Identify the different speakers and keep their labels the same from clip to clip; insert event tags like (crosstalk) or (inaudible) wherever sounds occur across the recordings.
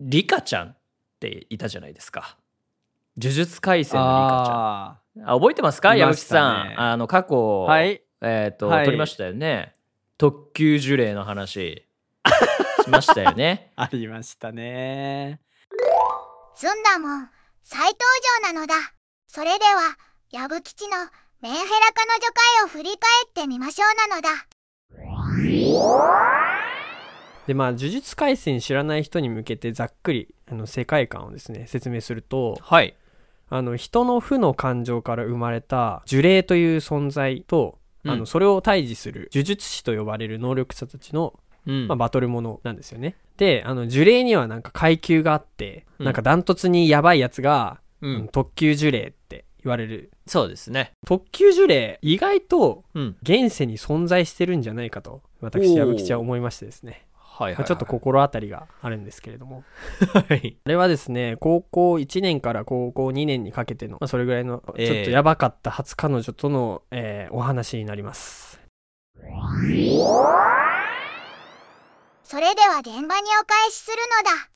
Speaker 1: リカちゃんっていたじゃないですか呪術廻戦のリカちゃん
Speaker 2: あ
Speaker 1: あ覚えてますか、
Speaker 2: いま
Speaker 1: 山口
Speaker 2: したね
Speaker 1: さんあの過去、
Speaker 2: あはい
Speaker 1: えっ、と、
Speaker 2: はい
Speaker 1: 撮りましたよね特級呪霊の
Speaker 2: (laughs)
Speaker 1: 話しましたよね
Speaker 2: ありましたね
Speaker 3: ずんだもん、再登場なのだ。それでは、矢吹吉のメンヘラ彼女会を振り返ってみましょうなのだ。
Speaker 4: でまあ呪術廻戦知らない人に向けてざっくりあの世界観をですね説明すると
Speaker 1: はい
Speaker 4: あの人の負の感情から生まれた呪霊という存在と、
Speaker 1: うん
Speaker 4: あのそれを対峙する呪術師と呼ばれる能力者たちの
Speaker 1: うん
Speaker 4: まあ、バトルものなんですよね。で、あの、呪霊にはなんか階級があって、
Speaker 1: うん
Speaker 4: なんかダントツにやばいやつが、
Speaker 1: う
Speaker 4: あの
Speaker 1: ん、
Speaker 4: 特級呪霊って言われる。
Speaker 1: そうですね
Speaker 4: 特級呪霊、意外と
Speaker 1: うん
Speaker 4: 現世に存在してるんじゃないかと、
Speaker 1: お
Speaker 4: 私、
Speaker 1: ー
Speaker 4: 矢吹ちは思いましてですね。
Speaker 1: はいはい、
Speaker 4: まあ、ちょっと心当たりがあるんですけれども。
Speaker 1: こはい
Speaker 4: あれはですね、高校1年から高校2年にかけての、まあ、それぐらいの、
Speaker 1: ええ
Speaker 4: ちょっとやばかった初彼女との、えーお話になります。
Speaker 3: それでは現場にお返しするのだ。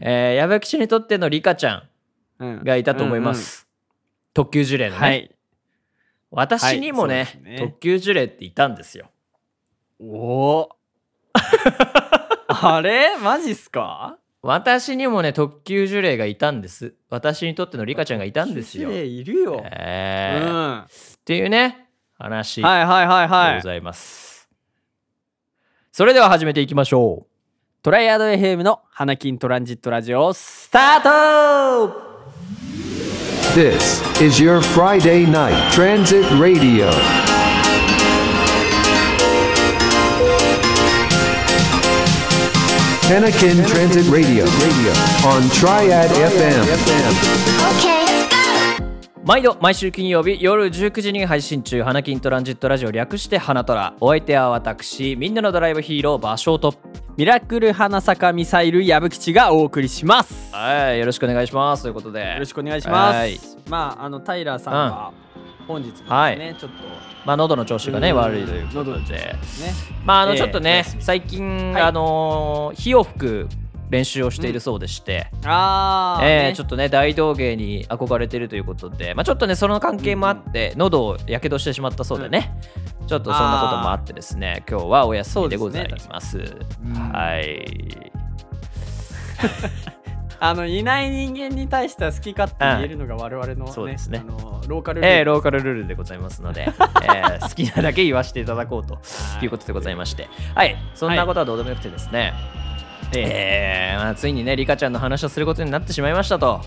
Speaker 1: えー、矢吹氏にとってのリカちゃんがいたと思いま、す、特級呪霊
Speaker 2: うん
Speaker 1: の
Speaker 2: うん
Speaker 1: ね、
Speaker 2: はい
Speaker 1: 私にも
Speaker 2: はい
Speaker 1: ね,
Speaker 2: そ、うですね
Speaker 1: 特級呪霊っていたんですよ
Speaker 2: お
Speaker 4: (laughs)
Speaker 2: おあれマジっすか
Speaker 1: 私にもね特級呪霊がいたんです私にとってのリカちゃんがいたんですよ
Speaker 2: 綺麗いるよ、
Speaker 1: えー
Speaker 2: うんは
Speaker 1: っていうね
Speaker 2: い
Speaker 1: 話で
Speaker 2: はいはいはい
Speaker 1: ございます、それでは始めていきましょう
Speaker 2: トライアド FM の花金トランジットラジオスタート
Speaker 5: This is your Friday night transit radio. Panakin Transit Radio on Triad FM.
Speaker 3: OK。
Speaker 1: 毎度毎週金曜日夜19時に配信中「花金トランジットラジオ」略して「花トラ」お相手は私みんなのドライブヒーロー場所と
Speaker 2: ミラクル花坂ミサイル矢吹吉がお送りしますよ
Speaker 1: はいよろしくお願いしますということでよ
Speaker 2: ろしくお願いします、
Speaker 1: はい
Speaker 2: まああのタイラーさんは本日もですね、
Speaker 1: はい
Speaker 2: ちょっ
Speaker 1: まあ喉の調子
Speaker 2: と
Speaker 1: がね悪いというこ
Speaker 2: 喉
Speaker 1: と
Speaker 2: の調
Speaker 1: で
Speaker 2: 子ですね
Speaker 1: まああの
Speaker 2: ええ
Speaker 1: ちょっと
Speaker 2: お
Speaker 1: ね、
Speaker 2: 休み
Speaker 1: 最近、
Speaker 2: はい
Speaker 1: あのー火を吹く練習をしているそうでして、
Speaker 2: あー、
Speaker 1: ええ
Speaker 2: ね
Speaker 1: ちょっとね大道芸に憧れてるということで、まあ、ちょっとねその関係もあって、喉をやけどしてしまったそうでね、ちょっとそんなこともあってですね今日はお休みでございます
Speaker 2: ね確かに
Speaker 1: はい
Speaker 2: あのいない人間に対しては好き勝手言えるのが我々の、ね
Speaker 1: そうですね
Speaker 2: あのローカルルール
Speaker 1: ええローカルルールでございます
Speaker 2: (laughs)
Speaker 1: ので、ええ好きなだけ言わせていただこうと
Speaker 2: はい
Speaker 1: いうことでございましてはいそんなことはどうでもよくてですね、ええまあ、ついにねリカちゃんの話をすることになってしまいました
Speaker 2: (laughs)
Speaker 1: と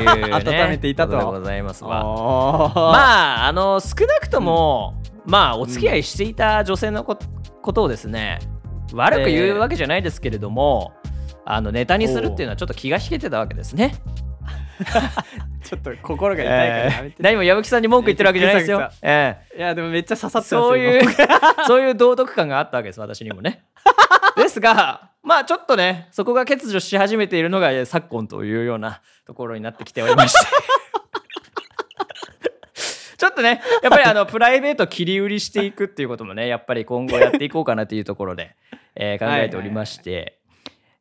Speaker 1: いうね
Speaker 2: 温めていたと
Speaker 1: ことでございますわ
Speaker 2: おー
Speaker 1: まああの少なくとも、まあお付き合いしていた女性のこことをですね悪く言うわけじゃないですけれども、あのネタにするっていうのはちょっと気が引けてたわけですね。
Speaker 2: ちょっと心が痛いから
Speaker 1: え
Speaker 2: やめ
Speaker 1: ー
Speaker 2: て、
Speaker 1: 何も矢吹さんに文句言ってるわけじゃないです
Speaker 2: ぐ
Speaker 1: よ
Speaker 2: さぐ。
Speaker 1: え
Speaker 2: いやでもめっちゃ
Speaker 1: ー
Speaker 2: 刺さってますよ
Speaker 1: そういう (laughs)
Speaker 2: 今
Speaker 1: そういう道徳感があったわけです私にもね。 (laughs) ですがまあちょっとねそこが欠如し始めているのがえー昨今というようなところになってきておりまして (laughs) ちょっとねやっぱりあのプライベート切り売りしていくっていうこともねやっぱり今後やっていこうかなというところで、えー考えておりまして。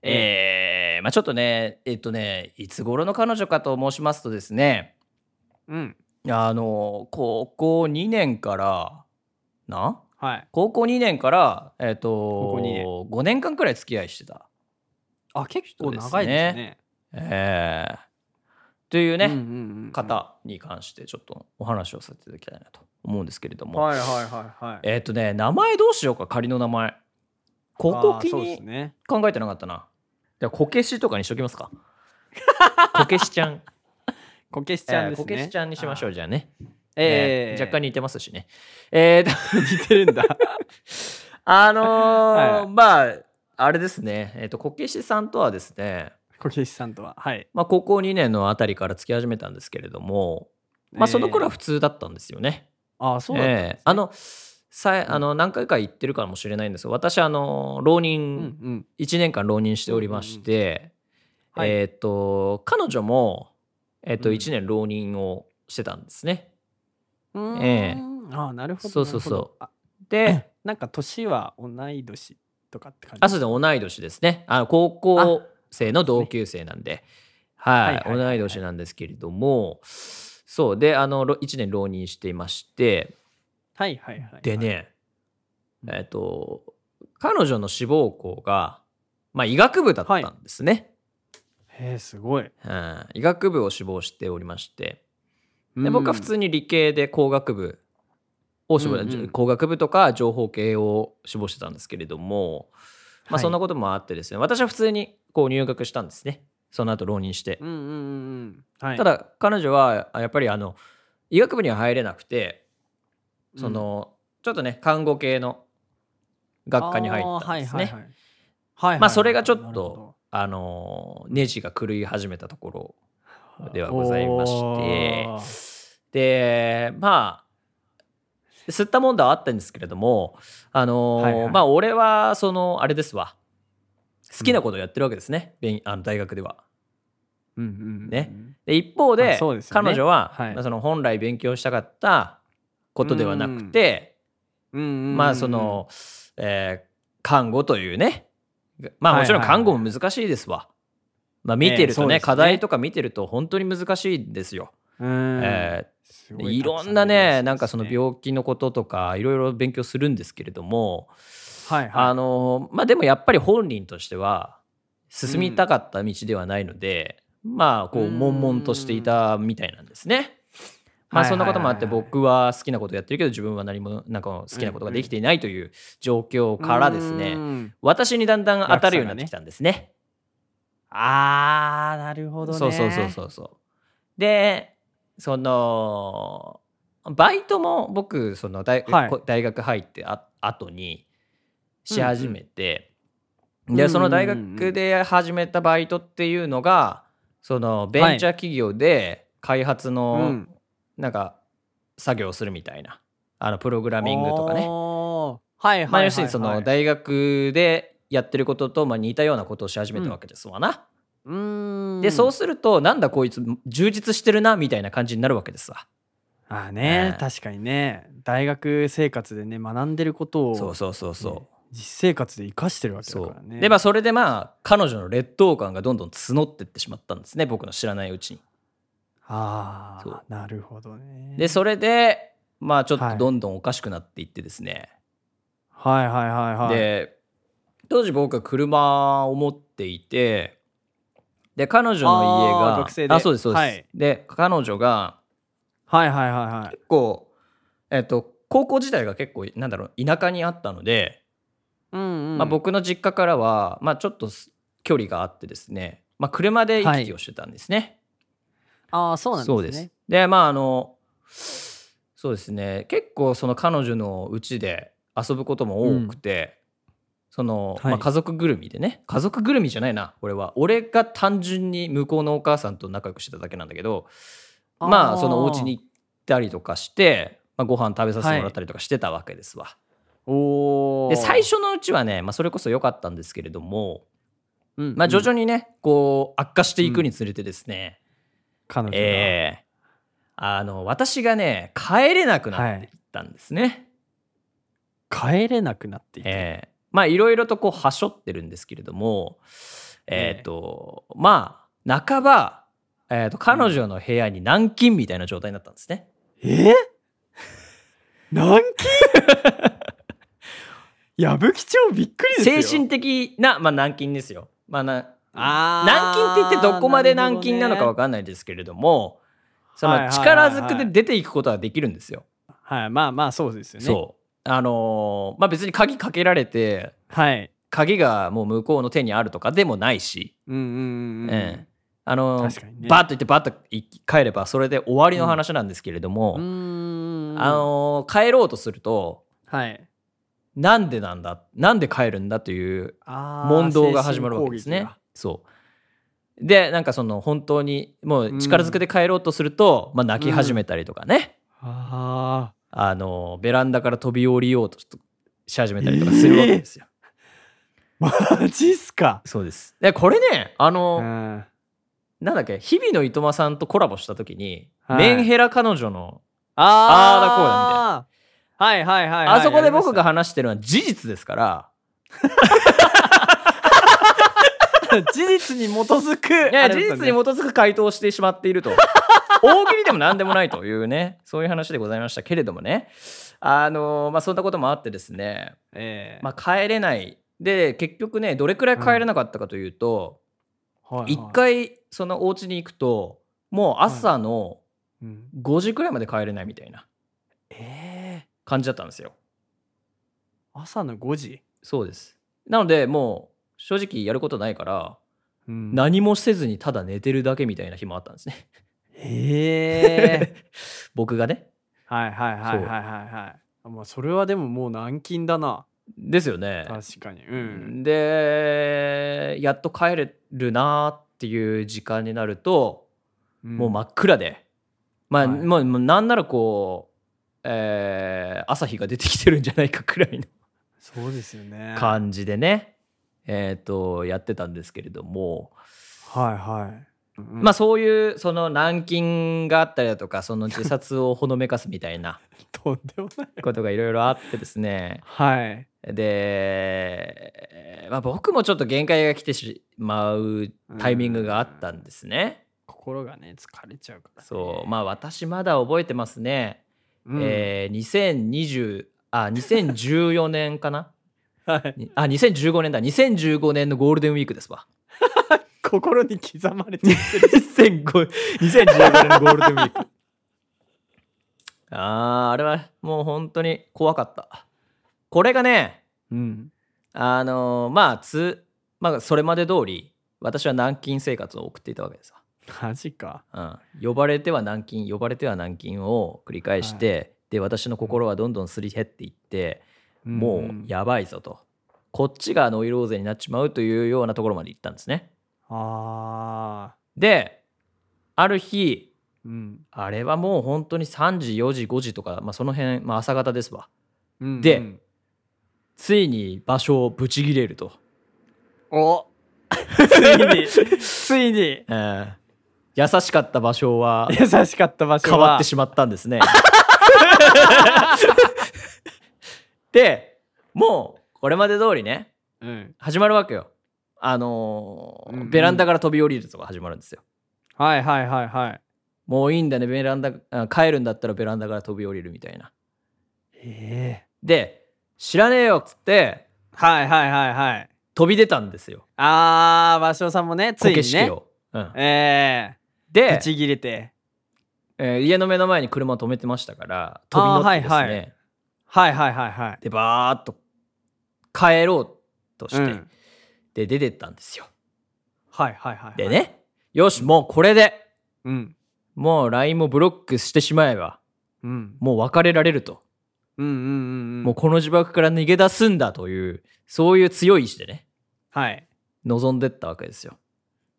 Speaker 1: えーまあ、ちょっとね、えっとね、いつ頃の彼女かと申しますとですね、
Speaker 2: うん
Speaker 1: あの高校2年からな
Speaker 2: はい
Speaker 1: 高校2年から、えっ
Speaker 2: 校
Speaker 1: と
Speaker 2: 2年
Speaker 1: 5年間くらい付き合いしてた。
Speaker 2: あ結
Speaker 1: 構
Speaker 2: 構
Speaker 1: 長
Speaker 2: 長
Speaker 1: い
Speaker 2: い
Speaker 1: で
Speaker 2: ですす
Speaker 1: ね
Speaker 2: ね
Speaker 1: えーという
Speaker 2: うんう
Speaker 1: ね、
Speaker 2: んうん
Speaker 1: 方に関してちょっとお話をさせていただきたいなと思うんですけれども、
Speaker 2: はいはいはいはい
Speaker 1: えっ、とね名前どうしようか仮の名前ここ
Speaker 2: あー
Speaker 1: 気
Speaker 2: そうです
Speaker 1: に
Speaker 2: ね
Speaker 1: 考えてなかったなじゃあこけしとかにしとき
Speaker 2: (laughs)
Speaker 1: ますかこけしちゃん
Speaker 2: こけしちゃん
Speaker 1: えー
Speaker 2: ですね
Speaker 1: こけしちゃんにしましょう
Speaker 2: う
Speaker 1: じゃあね、
Speaker 2: え
Speaker 1: ね
Speaker 2: え
Speaker 1: 若干似てますしねえーと
Speaker 2: 似てるんだ
Speaker 1: (laughs) あのー
Speaker 2: はい
Speaker 1: まああれですねえっ、とこけしさんとはですね
Speaker 2: こけしさんとははい
Speaker 1: まあ高校2年のあたりから付き始めたんですけれどもまあその頃は普通だったんですよね。
Speaker 2: あーそうだったんです
Speaker 1: ええあのさえあの何回か言ってるかもしれないんですが私あの浪
Speaker 2: うんう
Speaker 1: 人、
Speaker 2: ん
Speaker 1: 1年間浪人しておりまして、
Speaker 2: うんうんうんはい
Speaker 1: えっ、と彼女も、えっと
Speaker 2: うん
Speaker 1: 1年浪人をしてたんですね。
Speaker 2: うーん
Speaker 1: ええ
Speaker 2: あーなるほど
Speaker 1: そうそうそう
Speaker 2: なるほどあ
Speaker 1: で
Speaker 2: なんか年は同い年
Speaker 4: とかって感じ
Speaker 1: あ、そうですね、同い年ですね。あの高校生の同級生なんで、は
Speaker 4: は
Speaker 1: い、
Speaker 4: いはいはい
Speaker 1: 同い年なんですけれども、そう、で、あの、1年浪人していまして、
Speaker 4: はいはいはい
Speaker 1: でね、えっと、彼女の志望校が、まあ、医学部だったんですね。
Speaker 4: へえすごい
Speaker 1: うん医学部を志望しておりまして、で僕は普通に理系で工学部を志望、
Speaker 2: うんうん
Speaker 1: 工学部とか情報系を志望してたんですけれども、ま
Speaker 4: は
Speaker 1: あ、
Speaker 4: い
Speaker 1: そんなこともあってですね、私は普通にこう入学したんですねその後浪人して、
Speaker 2: うんうんうん
Speaker 4: はい
Speaker 1: ただ彼女はあやっぱりあの医学部には入れなくて
Speaker 2: うん
Speaker 1: その、ちょっとね看護系の学科に入ったんですね、
Speaker 4: あーはいはいはい
Speaker 2: はい
Speaker 1: まあそれがちょ
Speaker 4: な
Speaker 1: っ
Speaker 4: るほど
Speaker 1: とあのネジが狂い始めたところではございまして
Speaker 4: お
Speaker 1: でまあ吸ったもんだはあったんですけれどもあのー
Speaker 4: はいはい
Speaker 1: まあ俺はそのあれですわ好きなことをやってるわけですね、勉あの大学では。
Speaker 2: うんうん
Speaker 1: ねで一方で
Speaker 4: あそうですよね
Speaker 1: 彼女は、
Speaker 4: はい
Speaker 1: まあその本来勉強したかったことではなくて、
Speaker 2: うんうん
Speaker 1: まあその、えー看護というねまあ
Speaker 4: はい
Speaker 1: もちろん
Speaker 4: はいはい
Speaker 1: 看護も難しいですわ。まあ、見て
Speaker 4: え
Speaker 1: る
Speaker 4: えそ
Speaker 1: と
Speaker 4: う
Speaker 1: ね,、
Speaker 4: ですね
Speaker 1: 課題とか見てると本当に難しいんですよ。
Speaker 4: うん
Speaker 1: えー
Speaker 4: す
Speaker 1: で
Speaker 4: ご
Speaker 1: い
Speaker 4: たく
Speaker 1: ろ
Speaker 4: さ
Speaker 1: んなね
Speaker 4: の
Speaker 1: なんかその
Speaker 4: ですね
Speaker 1: 病気のこととかいろいろ勉強するんですけれども、
Speaker 4: はい
Speaker 1: あ
Speaker 4: は
Speaker 1: のまあでもやっぱり本人としては進みたかった道ではないので、まあこう
Speaker 2: うん
Speaker 1: 悶々としていたみたいなんですね。まあ
Speaker 4: はい
Speaker 1: そんなこともあって
Speaker 4: はいはいはい
Speaker 1: 僕は好きなことやってるけど自分は何もなんか好きなことができていないという状況からです
Speaker 2: う
Speaker 1: ね
Speaker 2: ん
Speaker 1: 私にだんだん当たるようになってきたんですね。
Speaker 2: あーなるほどね
Speaker 1: そうそうそうそうそう。でそのバイトも僕その大,こ、
Speaker 4: はい
Speaker 1: 大学入ってあ後にし始めて、
Speaker 2: んうん
Speaker 1: でその大
Speaker 2: うんうんう
Speaker 1: 学
Speaker 2: ん
Speaker 1: で始めたバイトっていうのがそのベンチャー企業で開発
Speaker 2: う
Speaker 1: の
Speaker 2: ん
Speaker 1: なんか作業をするみたいな、あのプログラミングとかね。
Speaker 2: おーはいはいはい
Speaker 1: ま
Speaker 2: は
Speaker 1: あ、
Speaker 2: い
Speaker 1: 要するにその大学でやってることとまあ似たようなことをし始めたわけですわな。
Speaker 2: うん
Speaker 1: でそうするとなんだこいつ充実してるなみたいな感じになるわけですわ。
Speaker 4: あーね
Speaker 1: うん
Speaker 4: 確かにね大学生活でね学んでることを
Speaker 1: そうそうそうそう。
Speaker 4: 実生活で生かしてるわけだ
Speaker 1: そ
Speaker 4: か
Speaker 1: う
Speaker 4: らね
Speaker 1: でまあそれでまあ彼女の劣等感がどんどん募ってってしまったんですね僕の知らないうちに。
Speaker 4: あ
Speaker 1: そう
Speaker 4: あなるほどね
Speaker 1: でそれでまあちょっ
Speaker 4: は
Speaker 1: と
Speaker 4: い
Speaker 1: どんどんおかしくなっていってですね。
Speaker 4: はいはいはいはい
Speaker 1: で当時僕は車を持っていてで彼女の家
Speaker 4: あー
Speaker 1: が
Speaker 4: 学生で
Speaker 1: そうですそうです。
Speaker 4: はい
Speaker 1: で彼女が
Speaker 4: はいはいはいはい
Speaker 1: 結構えっと高校自体が結構なんだろう田舎にあったので。
Speaker 2: うんうん
Speaker 1: まあ、僕の実家からは、まあ、ちょっとす距離があってですね、まあ、車で行き来をしてたんですね。
Speaker 2: ああそうなんで
Speaker 1: で
Speaker 2: すね
Speaker 1: すでまああのそうですね結構その彼女のうちで遊ぶことも多くて、その、
Speaker 4: はい
Speaker 1: まあ、家族ぐるみでね家族ぐるみじゃないな俺は俺が単純に向こうのお母さんと仲良くしてただけなんだけどま
Speaker 2: あ
Speaker 1: あ
Speaker 2: ー
Speaker 1: そのお家に行ったりとかして、まあ、ご飯食べさせてもらったりとかしてたわけですわ。
Speaker 4: おお
Speaker 1: で最初のうちはね、まあ、それこそ良かったんですけれども、
Speaker 2: うん
Speaker 1: まあ、徐々にね、こう悪化していくにつれてですね、
Speaker 4: 彼女が、
Speaker 1: ええあの私がね帰れなくな
Speaker 4: は
Speaker 1: っ
Speaker 4: い
Speaker 1: ていったんですね。
Speaker 4: 帰れなくなっていた、
Speaker 1: ええまあいろいろとこうはしょってるんですけれどもえっ、と、まあ半ば、えー、と彼女の部屋に軟禁みたいな状態になったんですね。
Speaker 4: え軟禁 (laughs) 矢吹町びっくりです
Speaker 1: 精
Speaker 4: よ
Speaker 1: 神的な、まあ、軟禁ですよ。まあな軟
Speaker 2: 軟
Speaker 1: 禁って言ってどこまで軟禁なのか分
Speaker 2: か
Speaker 1: かんないですけれどもそ
Speaker 4: はいはい
Speaker 1: の
Speaker 4: はいは
Speaker 1: 力
Speaker 4: い
Speaker 1: ずくで出ていくことはできるんですよ。
Speaker 4: はいまあまあそうですよね
Speaker 1: そうあのーまあ別に鍵かけられて
Speaker 4: はい
Speaker 1: 鍵がもう向こうの手にあるとかでもないし、
Speaker 2: うんうんうんうん
Speaker 1: ええあのー
Speaker 4: 確かにね
Speaker 1: バッと行ってバッと行き帰ればそれで終わりの話なんですけれども、
Speaker 2: うーん
Speaker 1: あのー帰ろうとすると
Speaker 4: はい
Speaker 1: なんでなんだなんで帰るんだという
Speaker 4: あー
Speaker 1: 問答が始まるわけです
Speaker 4: 精
Speaker 1: ね
Speaker 4: 神攻。
Speaker 1: そうでなんかその本当にもう力ずくで帰ろうとすると、まあ、泣き始めたりとかね、
Speaker 4: 撃があ
Speaker 1: あのーベランダから飛び降りようとし始めたりとかするわけですよ。
Speaker 4: あ (laughs) マジっすか
Speaker 1: そうです。で、これね、あ
Speaker 4: う
Speaker 1: の、
Speaker 4: ん
Speaker 1: なんだっけ、日々のいとまさんとコラボした時に、
Speaker 4: はい
Speaker 1: メンヘラ彼女の、
Speaker 4: あーだこうだみたいなはいはいはいはい
Speaker 1: あそこで僕が
Speaker 4: やりまし (laughs)
Speaker 1: 話してるのは事実ですから、
Speaker 4: た
Speaker 1: (laughs)
Speaker 2: 事実に基づく。
Speaker 1: いや、事実に基
Speaker 2: 基
Speaker 1: づく回答をしてしまっている
Speaker 4: (laughs)
Speaker 1: と。大喜利でも何でもないというね、そういう話でございましたけれどもね。あのまあ、そんなこともあってですね、
Speaker 2: え
Speaker 1: まあ、帰れない。で、結局ね、どれくらい帰れなかったかというと、
Speaker 2: はい
Speaker 1: 一、回、そのお家に行くと、もう朝の
Speaker 2: うん
Speaker 1: 5時くらいまで帰れないみたいな
Speaker 2: え
Speaker 1: 感じだったんですよ。
Speaker 2: ー朝の5時、
Speaker 1: そうです。なので、もう、正直やることないから、
Speaker 2: うん
Speaker 1: 何もせずにただ寝てるだけみたいな日もあったんですね。 (laughs)
Speaker 2: え
Speaker 1: 僕がね。
Speaker 2: ー、はいはいはいはいはいはい。まあそれはでももう軟禁だな。
Speaker 1: ですよね。
Speaker 2: 確かに。うん。
Speaker 1: でやっと帰れるなーっていう時間になると、もう真
Speaker 2: ま
Speaker 1: っ暗でまあ、
Speaker 2: はい
Speaker 1: もうもうなんならこう、えー朝日が出てきてるんじゃないかくらい
Speaker 2: そうですよね。
Speaker 1: の感じでね、えー、とやってたんですけれども、
Speaker 2: はいはい。うん
Speaker 1: まあそういうその軟禁があったりだとかその自殺をほのめかすみたい
Speaker 2: (laughs)
Speaker 1: な
Speaker 2: とんでもない。
Speaker 1: ことがいろいろあってですね
Speaker 2: はい。
Speaker 1: で、まあ、僕もちょっと限界が来てしまうタイミングがあったんですね。
Speaker 2: 心がね疲れちゃうから、ね。
Speaker 1: そう、まあ私まだ覚えてますね。
Speaker 2: うん
Speaker 1: えー、2020あ2014年かな。にあ2015年だ。2015年のゴールデンウィークです
Speaker 2: (laughs)
Speaker 1: わ。
Speaker 2: 心に刻まれてる。
Speaker 1: (laughs) 2015 2015年のゴールデンウィーク。あああれはもう本当に怖かった。これがね
Speaker 2: (laughs) うん。
Speaker 1: あのーまあつまあそれまで通り私は軟禁生活を送っていたわけですわ。
Speaker 2: マジか。
Speaker 1: うん、呼ばれては軟禁呼ばれては軟禁を繰り返して、で私の心はどんどんすり減っていって、もうやばいぞとこっちがノイローゼになっちまうというようなところまで行ったんですね
Speaker 2: ああ。
Speaker 1: である日
Speaker 2: うん。
Speaker 1: あれはもう本当に3時4時5時とか、まあ、その辺、まあ、朝方ですわ
Speaker 2: うん
Speaker 1: で
Speaker 2: うん
Speaker 1: ついに場所をブチギレると、
Speaker 2: お (laughs) つい
Speaker 1: (laughs)
Speaker 2: に、ついに、
Speaker 1: えー優しかった場所は
Speaker 2: 優しかった場所は
Speaker 1: 変わってしまったんです
Speaker 2: (laughs)
Speaker 1: ね。でもうこれまで通りね
Speaker 2: うん。
Speaker 1: 始まるわけよ。あのー
Speaker 2: うんうん
Speaker 1: ベランダから飛び降りるとか始まるんですよ。
Speaker 2: はいはいはいはい。
Speaker 1: もういいんだねベランダあ帰るんだったらベランダから飛び降りるみたいな。
Speaker 2: ええ
Speaker 1: で知らねえよっつって
Speaker 2: はいはいはいはい。
Speaker 1: 飛び出たんですよ。
Speaker 2: あー、場所さんもね、つい
Speaker 1: こけ
Speaker 2: に
Speaker 1: し
Speaker 2: ね
Speaker 1: き。を。うん、
Speaker 2: ええ
Speaker 1: で
Speaker 2: ぶ、ち切れて。
Speaker 1: えー家の目の前に車を止めてましたから飛び乗ってですね、
Speaker 2: あーはいははいはいはいはい。
Speaker 1: でバーッと帰ろうとして、
Speaker 2: うん
Speaker 1: で出てったんですよ。
Speaker 2: はいはいはい。
Speaker 1: で。ね、よし、もうこれで、
Speaker 2: うん。
Speaker 1: もう LINE もブロックしてしまえば、
Speaker 2: うん。
Speaker 1: もう別れられると、
Speaker 2: うんうんうんうん。
Speaker 1: もうこの自爆から逃げ出すんだという、そういう強い意志でね、
Speaker 2: はい。
Speaker 1: 望んでったわけですよ。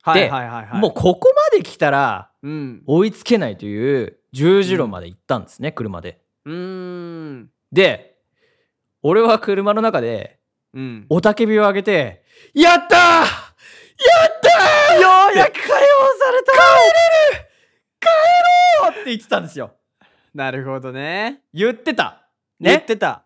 Speaker 2: はいはいはいはい。
Speaker 1: もうここまで来たら、
Speaker 2: う。うん。
Speaker 1: 追いつけないという十字路まで行ったんですね、車で。
Speaker 2: うーん。
Speaker 1: で、俺は車の中で、
Speaker 2: うん。
Speaker 1: 雄たけびを上げて、やったーやったーようやく解放された帰れる帰ろうって言ってたんですよ。
Speaker 2: なるほどね。
Speaker 1: 言ってた。ね、
Speaker 2: 言ってた。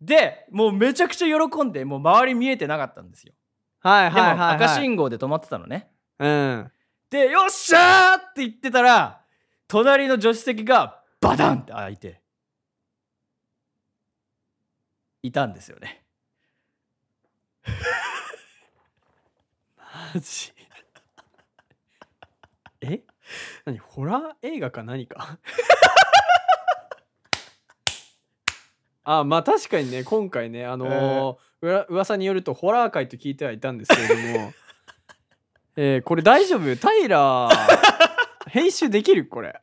Speaker 1: でもうめちゃくちゃ喜んでもう周り見えてなかったんですよ
Speaker 2: はい
Speaker 1: でも
Speaker 2: はいはい。
Speaker 1: 赤
Speaker 2: ン。
Speaker 1: 信号で止まってたのね
Speaker 2: うん。
Speaker 1: でよっしゃーって言ってたら隣の助手席がバタンって開いていたんですよね
Speaker 2: マジえ何ホラー映画か何かあまあ確かにね今回ねあのーうら噂によるとホラー界と聞いてはいたんですけれどもえーこれ大丈夫タイラー編集できるこれ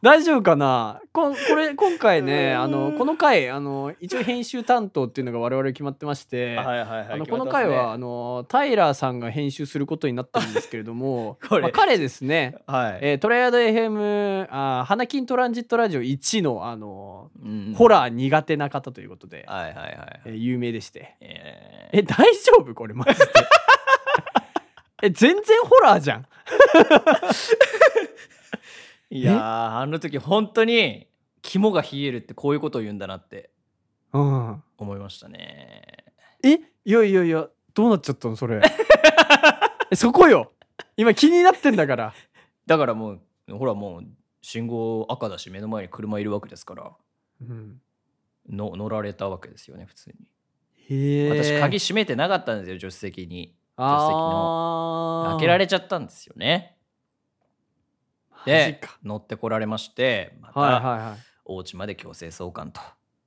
Speaker 2: 大丈夫かなこんこれ今回ねあのこの回あの一応編集担当っていうのが我々決まってまして、
Speaker 1: いはい
Speaker 2: あのこの回は、あのタイラーさんが編集することになってるんですけれども
Speaker 1: (laughs) これ
Speaker 2: まあ彼ですね、
Speaker 1: はい、
Speaker 2: えートライアド FM あー花金トランジットラジオ1の、あの
Speaker 1: うん
Speaker 2: ホラー苦手な方ということで、
Speaker 1: はいはいはい
Speaker 2: えー有名でして
Speaker 1: えー
Speaker 2: え大丈夫これマジで (laughs) え全然ホラーじゃん
Speaker 1: いやーあの時本当に肝が冷えるってこういうことを言うんだなって
Speaker 2: うん
Speaker 1: 思いましたね
Speaker 2: えいやいやいやどうなっちゃったのそれ (laughs) えそこよ今気になってんだから
Speaker 1: だからもうほらもう信号赤だし目の前に車いるわけですから
Speaker 2: うん
Speaker 1: の乗られたわけですよね普通に、
Speaker 2: へえ
Speaker 1: 私鍵閉めてなかったんですよ助手席に助手席の
Speaker 2: あ
Speaker 1: 開けら
Speaker 2: れ
Speaker 1: れちゃったんですよね
Speaker 2: で
Speaker 1: で乗ってこられましてま
Speaker 2: はいはい
Speaker 1: た
Speaker 2: はい
Speaker 1: お家まで強制送還と、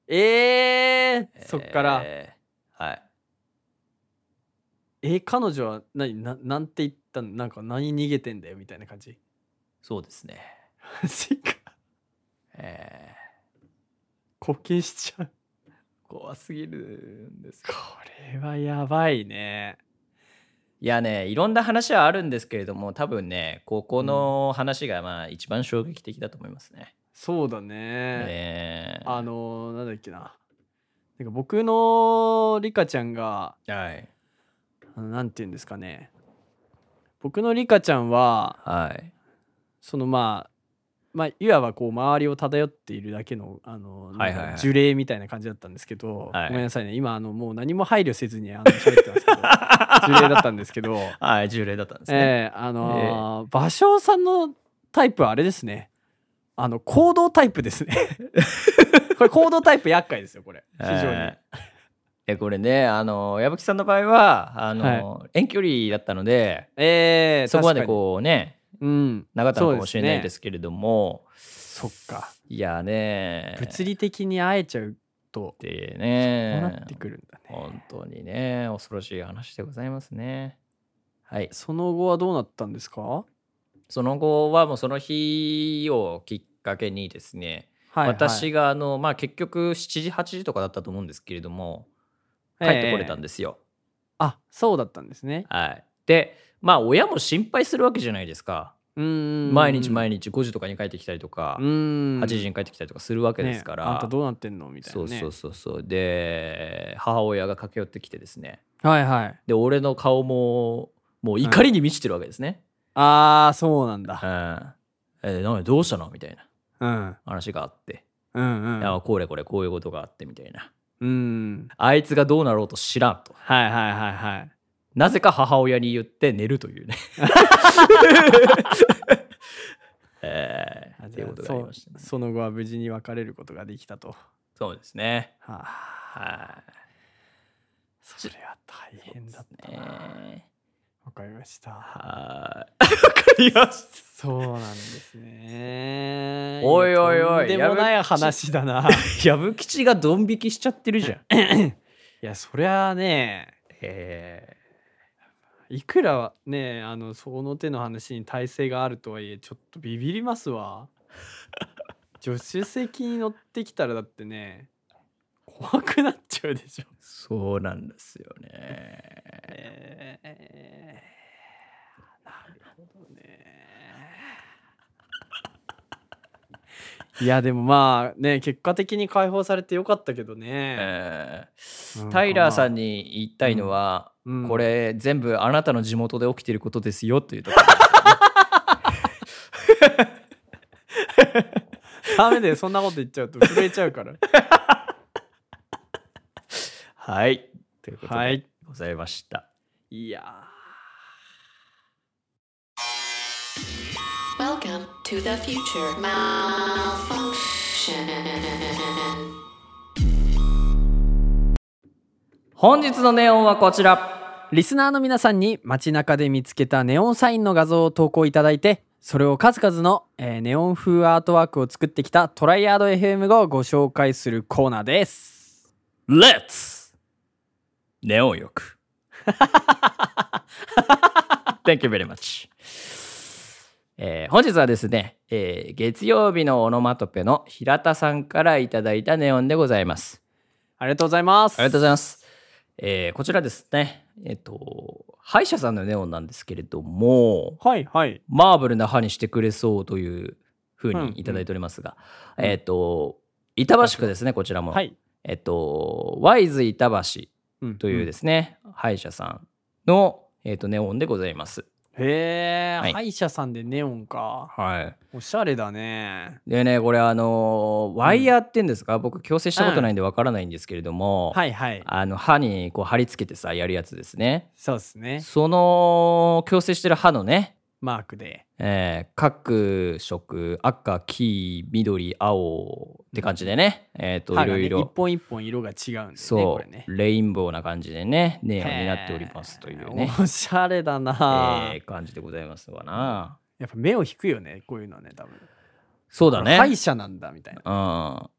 Speaker 2: えー、そっからえ
Speaker 1: えーはい
Speaker 2: 彼女は何ななんて言ったのなんか何逃げてんだよみたいな感じ
Speaker 1: そうですね
Speaker 2: マジ (laughs) か
Speaker 1: え
Speaker 2: 貢献しちゃう
Speaker 1: ー怖すぎるんです
Speaker 2: これはやばいね
Speaker 1: いやねいろんな話はあるんですけれども多分ねここの話がまあ一番衝撃的だと思いますね。
Speaker 2: そうだね
Speaker 1: ねえ
Speaker 2: あのーなんだっけななんか僕のリカちゃんが
Speaker 1: はい
Speaker 2: あのなんて言うんですかね僕のリカちゃんは
Speaker 1: はい
Speaker 2: そのまあまあ、いわばこう周りを漂っているだけのあの、
Speaker 1: はいはいはい
Speaker 2: なんか呪霊みたいな感じだったんですけど、
Speaker 1: はい
Speaker 2: ごめんなさいね今あのもう何も配慮せ
Speaker 1: (laughs)
Speaker 2: ずにあの喋ってますけど呪霊だったんですけど、
Speaker 1: はい重霊だったんですね。
Speaker 2: ええあのー芭蕉さんのタイプはあれですねあの行動タイ
Speaker 1: (laughs)
Speaker 2: プですねこれ行動タイプ厄介ですよこれ非常に、
Speaker 1: えーえこれねあの矢吹さんの場合はあの、遠距離だったので
Speaker 2: ええ
Speaker 1: そこまで
Speaker 2: 確
Speaker 1: こうね
Speaker 2: かにうん
Speaker 1: なかったのか
Speaker 2: そう
Speaker 1: も
Speaker 2: です
Speaker 1: し
Speaker 2: ね
Speaker 1: れないですけれども、
Speaker 2: そっか
Speaker 1: いやね
Speaker 2: 物理的に会えちゃうと
Speaker 1: って
Speaker 2: こうな
Speaker 1: ね
Speaker 2: ってくるんだね、
Speaker 1: 本当にね恐ろしい話でございますね。はい
Speaker 2: その後はどうなったんですかは
Speaker 1: その後はもうその日をきっかけにですね、
Speaker 2: い、
Speaker 1: 私があの、まあ、結局7時8時とかだったと思うんですけれども帰ってこれたん
Speaker 2: で、
Speaker 1: ですよ。
Speaker 2: あそうだったんですね
Speaker 1: はい、でまあ親も心配するわけじゃないですか、
Speaker 2: うーん
Speaker 1: 毎日毎日5時とかに帰ってきたりとか、
Speaker 2: うーん
Speaker 1: 8時に帰ってきたりとかするわけ
Speaker 2: ね
Speaker 1: ですから、
Speaker 2: あんたどうなってんのみたい
Speaker 1: そ
Speaker 2: な、
Speaker 1: う
Speaker 2: ね、
Speaker 1: そうそうそうで母親が駆け寄ってきてですね
Speaker 2: はいはい
Speaker 1: で俺の顔ももう怒りに満ちてるわけですね。
Speaker 2: ああそうなんだ、
Speaker 1: うんえーなんどうしたのみたいな
Speaker 2: うん、
Speaker 1: 話があって。
Speaker 2: うんうん
Speaker 1: いやこれこれこういうことがあってみたいな
Speaker 2: うん
Speaker 1: あいつがどうなろうと知らんと
Speaker 2: はいはいはいはい
Speaker 1: なぜか母親に言って寝ると (laughs) いうねえー、
Speaker 2: あ
Speaker 1: っ
Speaker 2: じ
Speaker 1: て
Speaker 2: ゃ
Speaker 1: い
Speaker 2: あ
Speaker 1: うことがありましたね
Speaker 2: そその後は無事に別れることができたとは
Speaker 1: そうですね
Speaker 2: あ
Speaker 1: は
Speaker 2: それは大変だっ
Speaker 1: い、
Speaker 2: た
Speaker 1: ね
Speaker 2: なわ、
Speaker 1: ー
Speaker 2: かりました
Speaker 1: はーいわかりまし
Speaker 2: そうなんですね
Speaker 1: (laughs) おいおいおい
Speaker 2: とんでもない
Speaker 1: やめ
Speaker 2: 話だな
Speaker 1: た矢吹吉がドン引きしちゃってる (laughs) じゃん
Speaker 2: いやそりゃあね
Speaker 1: え
Speaker 2: いくらねあのその手の話に耐性があるとはいえちょっとビビります (laughs) わ助手席に乗ってきたらだってね怖くなっちゃうでしょ
Speaker 1: ー、そうなんですよね
Speaker 2: えーなるほどねいやでもまあね結果的に解放されてよかったけどね、
Speaker 1: え
Speaker 2: う
Speaker 1: ー
Speaker 2: ん
Speaker 1: タイラーさんに言いたいのは、
Speaker 2: うんうん
Speaker 1: これ全部あなたの地元で起きていることですよというところ
Speaker 2: ダメだよそんなこと言っちゃうと震え (laughs) ちゃうから
Speaker 1: はい。ということ
Speaker 2: は
Speaker 1: で
Speaker 2: い
Speaker 1: ございました。
Speaker 2: いや
Speaker 6: Welcome to the future. Malfunction.
Speaker 1: 本日のネオンはこちら。
Speaker 2: ーリスナーの皆さんに街中で見つけたネオンサインの画像を投稿いただいてそれを数々の、えーネオン風アートワークを作ってきたトライアード FM がご紹介するコーナーです
Speaker 1: Let's! ネオン欲。Thank you very much. えー本日はですね、えー月曜日のオノマトペの平田さんからいただいたネオンでございます。
Speaker 2: ありがとうございます
Speaker 1: ありがとうございます。えーこちらですね、えっ、と、歯医者さんのネオンなんですけれども、
Speaker 2: はいはい
Speaker 1: マーブルな歯にしてくれそうというふう
Speaker 2: うんうん
Speaker 1: にいただいておりますが、えっ、と板橋区ですねこちらも、
Speaker 2: はい
Speaker 1: えっ、とワイズ板橋というですね、歯医者さんの、えー、とネオンでございます
Speaker 2: へえ、
Speaker 1: はい
Speaker 2: 歯医者さんでネオンか。
Speaker 1: はい。
Speaker 2: おしゃれだね。
Speaker 1: でね、これあのーワイヤーって言うんですか、僕矯正したことないんでわからないんですけれども、
Speaker 2: はいはい。
Speaker 1: あの歯にこう貼り付けてさやるやつですね。
Speaker 2: そうですね。
Speaker 1: その矯正してる歯のね、
Speaker 2: マークで。
Speaker 1: えー各色赤黄緑青って感じでね、えっ、と
Speaker 2: 歯
Speaker 1: い
Speaker 2: が
Speaker 1: ろ
Speaker 2: ね
Speaker 1: い
Speaker 2: 一
Speaker 1: ろ
Speaker 2: 本一本色が違うんですね、
Speaker 1: そう、
Speaker 2: これね。
Speaker 1: レインボーな感じでねネオンになっておりますというね
Speaker 2: へ、ーおしゃれだな、
Speaker 1: えー感じでございますわな。
Speaker 2: やっぱ目を引くよね、こういうのはね、多分。
Speaker 1: そうだね。
Speaker 2: 歯医者なんだ、みたいな。あ
Speaker 1: うん、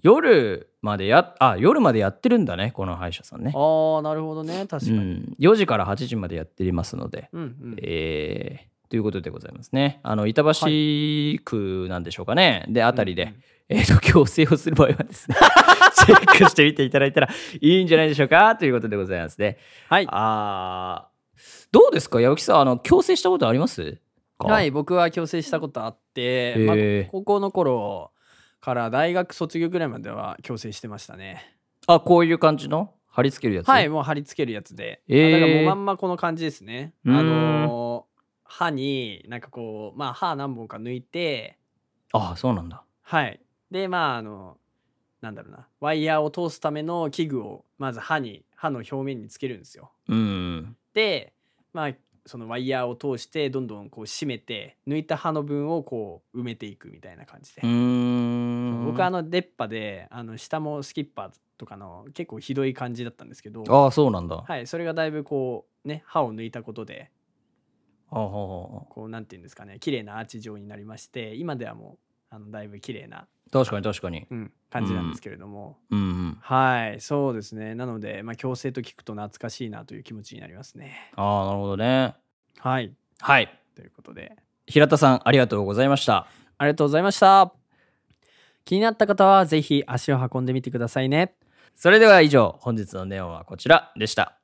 Speaker 1: 夜までやあ夜までやってるんだねこの歯医者さんね
Speaker 2: あ。ー、なるほどね、確
Speaker 1: う
Speaker 2: かに。
Speaker 1: ん、4時から8時までやっていますので、
Speaker 2: うん、うん。
Speaker 1: えーということでございますね。あの板橋区なんでしょうかね。で、あたりで、
Speaker 2: うんうん
Speaker 1: えーと、強制をする場合はです
Speaker 2: (laughs)
Speaker 1: ね、チェックしてみていただいたらいいんじゃないでしょうかということでございますね。
Speaker 2: はい。
Speaker 1: あーどうですか、矢吹さん、あの強制したことありますか
Speaker 2: はい、僕は矯正したことあって、
Speaker 1: へ
Speaker 2: まあ
Speaker 1: ー
Speaker 2: 高校の頃から大学卒業ぐらいまでは矯正してましたね。
Speaker 1: あ、こういう感じの貼り付けるやつ。
Speaker 2: はい、もう貼り付けるやつで。
Speaker 1: へー
Speaker 2: あだからもうまんまこの感じですね。
Speaker 1: うーん
Speaker 2: あのー歯に、なんかこう、まあ歯何本か抜いて、
Speaker 1: あ、そうなんだ。
Speaker 2: はい。で、まあ、あの、なんだろうな、ワイヤーを通すための器具をまず歯に、歯の表面につけるんですよ。
Speaker 1: うん。
Speaker 2: で、まあ、そのワイヤーを通してどんどんこう締めて抜いた歯の分をこう埋めていくみたいな感じで
Speaker 1: うーん。
Speaker 2: 僕あの出っ歯であの下もスキッパーとかの結構ひどい感じだったんですけ
Speaker 1: あ
Speaker 2: ど、
Speaker 1: ーそうなんだ。
Speaker 2: はい、それがだいぶこうね歯を抜いたことで
Speaker 1: あーあーあ
Speaker 2: こうなんていうんですかね綺麗なアーチ状になりまして今ではもうあのだいぶ綺麗な、
Speaker 1: ー確かに確かに。
Speaker 2: うん感じなんですけれども、
Speaker 1: うんうん。
Speaker 2: はいそうですねなので、まあ、矯正と聞くと懐かしいなという気持ちになりますね。
Speaker 1: ああ、なるほどね。
Speaker 2: はい
Speaker 1: はい。
Speaker 2: ということで
Speaker 1: 平田さん、ありがとうございました。
Speaker 2: ありがとうございました気になった方はぜひ足を運んでみてくださいね。
Speaker 1: それでは以上、本日のネオンはこちらでした。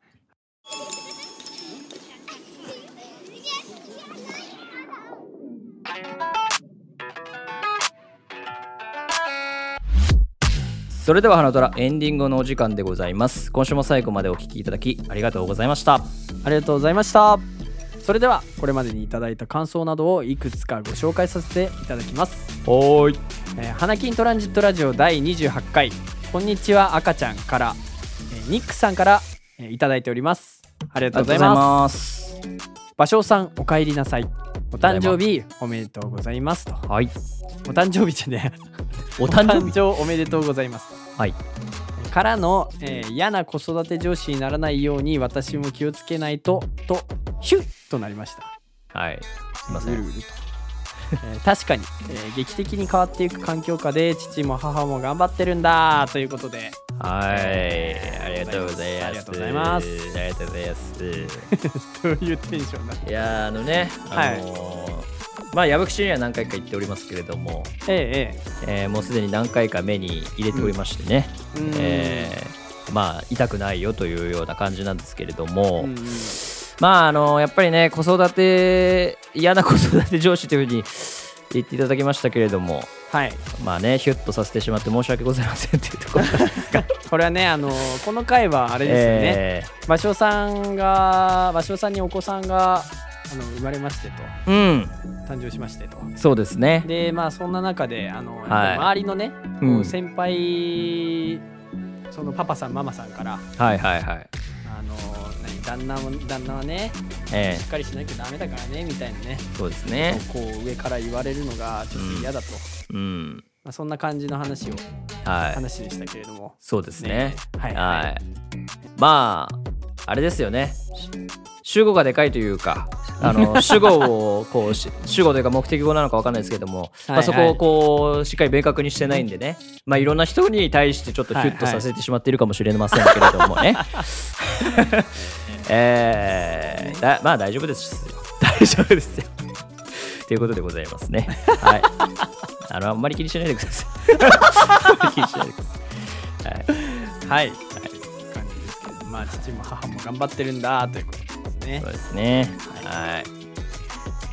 Speaker 1: それでは花虎エンディングのお時間でございます。今週も最後までお聞きいただきありがとうございました。
Speaker 2: ありがとうございました。それではこれまでにいただいた感想などをいくつかご紹介させていただきます。
Speaker 1: はい。
Speaker 2: えー、花金トランジットラジオ第28回「こんにちは赤ちゃん」から、えーニックさんから、えーいただいております。ありが
Speaker 1: ありがと
Speaker 2: とう
Speaker 1: う
Speaker 2: ご
Speaker 1: ござ
Speaker 2: ざい
Speaker 1: い
Speaker 2: ます。
Speaker 1: ます。
Speaker 2: 芭蕉さんお帰りなさい。お誕生日おめでとうございますと。
Speaker 1: はい。
Speaker 2: お誕生日じゃねえ。
Speaker 1: お誕生
Speaker 2: (laughs) 誕
Speaker 1: 日。
Speaker 2: 生おめでとうございます。
Speaker 1: はい。
Speaker 2: からの、えー嫌な子育て上司にならないように私も気をつけないととヒュッとなりました。
Speaker 1: はい。すいませ
Speaker 2: ぐる
Speaker 1: ん。
Speaker 2: ぐると、えー確かに、えー劇的に変わっていく環境下で父も母も頑張ってるんだということで
Speaker 1: はい。ありがとうございます。
Speaker 2: ありがとうござ
Speaker 1: (laughs)
Speaker 2: います
Speaker 1: ありがとうございます。
Speaker 2: どういうテンションだ
Speaker 1: いやーあのね、あのーまあ矢吹市には何回か行っておりますけれども、
Speaker 2: え
Speaker 1: えーもうすでに何回か目に入れておりましてね、
Speaker 2: えええ
Speaker 1: えーまあ痛くないよというような感じなんですけれども、
Speaker 2: うんうん
Speaker 1: まああのーやっぱりね子育て嫌な子育て上司というふうに言っていただきましたけれども
Speaker 2: はい
Speaker 1: まあねヒュッとさせてしまって申し訳ございませんっていうと
Speaker 2: (laughs)
Speaker 1: ころなんですが
Speaker 2: これはねあのこの回はあれですよね
Speaker 1: え
Speaker 2: 芭蕉、さんが芭蕉さんにお子さんがあの生まれましてと
Speaker 1: ー
Speaker 2: 誕生しましてと
Speaker 1: うんそうですね
Speaker 2: でまあそんな中であの、
Speaker 1: はい
Speaker 2: 周りのね、こう
Speaker 1: うん
Speaker 2: 先輩そのパパさんママさんから
Speaker 1: はいはいはい
Speaker 2: あの何旦那も旦那はね
Speaker 1: え
Speaker 2: しっかりしなきゃダメだからねみたいなね
Speaker 1: ーそうですね
Speaker 2: こう上から言われるのがちょっと嫌だと、
Speaker 1: うん
Speaker 2: まあ、そんな感じの話を
Speaker 1: はい
Speaker 2: 話でしたけれども、
Speaker 1: そうですね
Speaker 2: はいはい、
Speaker 1: はい。まあ、あれですよね。し主語がでかいというか、あ
Speaker 2: (laughs)
Speaker 1: の主語をこうし主語というか目的語なのかわかんないですけども、
Speaker 2: はい
Speaker 1: まあ、そ
Speaker 2: は
Speaker 1: こを
Speaker 2: い
Speaker 1: こうしっかり明確にしてないんでね、まあいろんな人に対してちょっとヒュッと
Speaker 2: はいはい
Speaker 1: させてしまっているかもしれませんけれどもね。
Speaker 2: (laughs)
Speaker 1: えーだまあ大丈夫ですよ。大丈夫ですよ。ということでございますね。はい。あのあんまり気にしないでください。あんまり気にしないでください。はい。はい。
Speaker 2: 感じですけどまあ父も母も頑張ってるんだということですね
Speaker 1: そうですね。はい。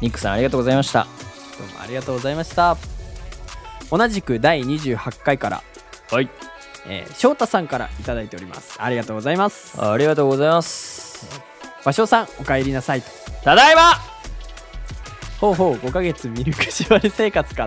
Speaker 1: ニックさんありがとうございました。
Speaker 2: どうもありがとうございました同じく第28回から、
Speaker 1: はい。
Speaker 2: えー翔太さんからいただいておりますありがとうございます
Speaker 1: ありがとうございます。
Speaker 2: 芭蕉さんお帰りなさいと
Speaker 1: ただいま
Speaker 2: ほうほう5ヶ月ミルク縛り生活か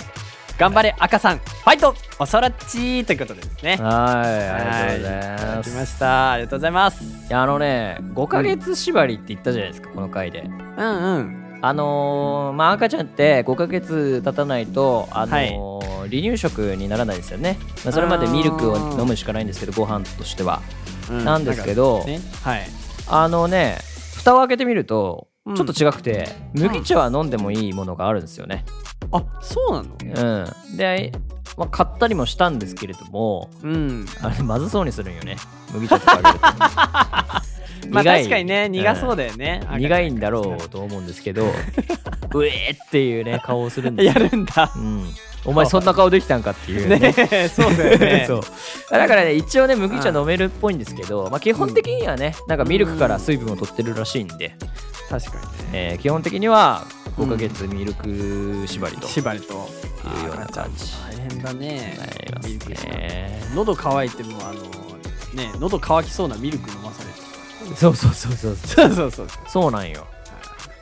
Speaker 2: 頑張れ赤さんファイトおそらっちーということでですね
Speaker 1: はい、あ
Speaker 2: は
Speaker 1: りがとうござい
Speaker 2: ただ
Speaker 1: ま
Speaker 2: き
Speaker 1: す。
Speaker 2: ましたありがとうございます
Speaker 1: いやあのね、5ヶ月縛りって言ったじゃないですか、この回で。
Speaker 2: うんうん
Speaker 1: あのーまあ赤ちゃんって5ヶ月経たないと、あのー離乳食にならないですよね。まあ、それまでミルクを飲むしかないんですけど、ご飯としては。
Speaker 2: うん
Speaker 1: なんですけど、
Speaker 2: ねはい
Speaker 1: あのね、蓋を開けてみると、
Speaker 2: うん
Speaker 1: ちょっと違くて、麦茶は飲んでもいいものがあるんですよね。
Speaker 2: あそうなの
Speaker 1: うん、で、まあ、買ったりもしたんですけれども、
Speaker 2: うん
Speaker 1: あれまずそうにするんよね麦茶とかあげると
Speaker 2: (laughs) まあ
Speaker 1: 苦い
Speaker 2: 確かにね苦そう
Speaker 1: で、
Speaker 2: だよね
Speaker 1: うん苦いんだろ
Speaker 2: 赤
Speaker 1: うと思うんです
Speaker 2: (laughs)
Speaker 1: けどうえーっていうね顔をするん
Speaker 2: ち
Speaker 1: で
Speaker 2: ゃんや
Speaker 1: すよ、
Speaker 2: るんだ
Speaker 1: (laughs) うん、お前そんな顔できたんかっていうね
Speaker 2: ねえそうだよね
Speaker 1: (laughs) そうだからね一応ね麦茶飲めるっぽいんですけど、まあ、基本的にはねなんかミルクから水分を取ってるらしいんで、
Speaker 2: 確かにね
Speaker 1: えー基本的には5ヶ月ミルク縛りという
Speaker 2: 縛りと
Speaker 1: ような感じ
Speaker 2: 大変だね
Speaker 1: になりま
Speaker 2: ミルク
Speaker 1: す
Speaker 2: 縛り
Speaker 1: ね。
Speaker 2: 喉乾いてもあのね喉乾きそうなミルク飲まされて
Speaker 1: そうそうそう (laughs) そう
Speaker 2: そうそうそう
Speaker 1: そうなんよ。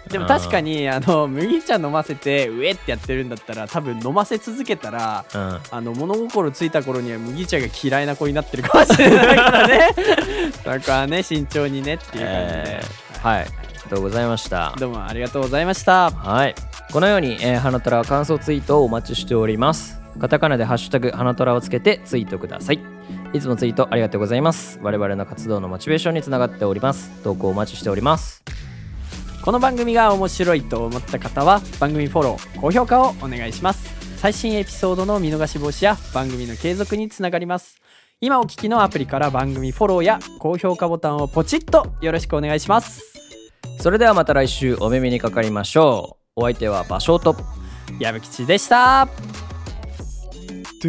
Speaker 2: でも確かにあの麦茶飲ませてうえってやってるんだったら多分飲ませ続けたら
Speaker 1: うん
Speaker 2: あの物心ついた頃には麦茶が嫌いな子になってるかもしれないか
Speaker 1: (laughs)
Speaker 2: らねそこはね慎重にねっていう感じで
Speaker 1: え、ーはい、ありがとうございました。
Speaker 2: どうもありがとうございました
Speaker 1: はい、このように、えー、花虎は感想ツイートをお待ちしております。カタカナでハッシュタグ花虎をつけてツイートください。いつもツイートありがとうございます。我々の活動のモチベーションにつながっております。投稿お待ちしております。
Speaker 2: この番組が面白いと思った方は番組フォロー高評価をお願いします最新エピソードの見逃し防止や番組の継続につながります今お聞きのアプリから番組フォローや高評価ボタンをポチッとよろしくお願いします
Speaker 1: それではまた来週お耳にかかりましょう。お相手は場所と。
Speaker 2: 矢吹吉でしたド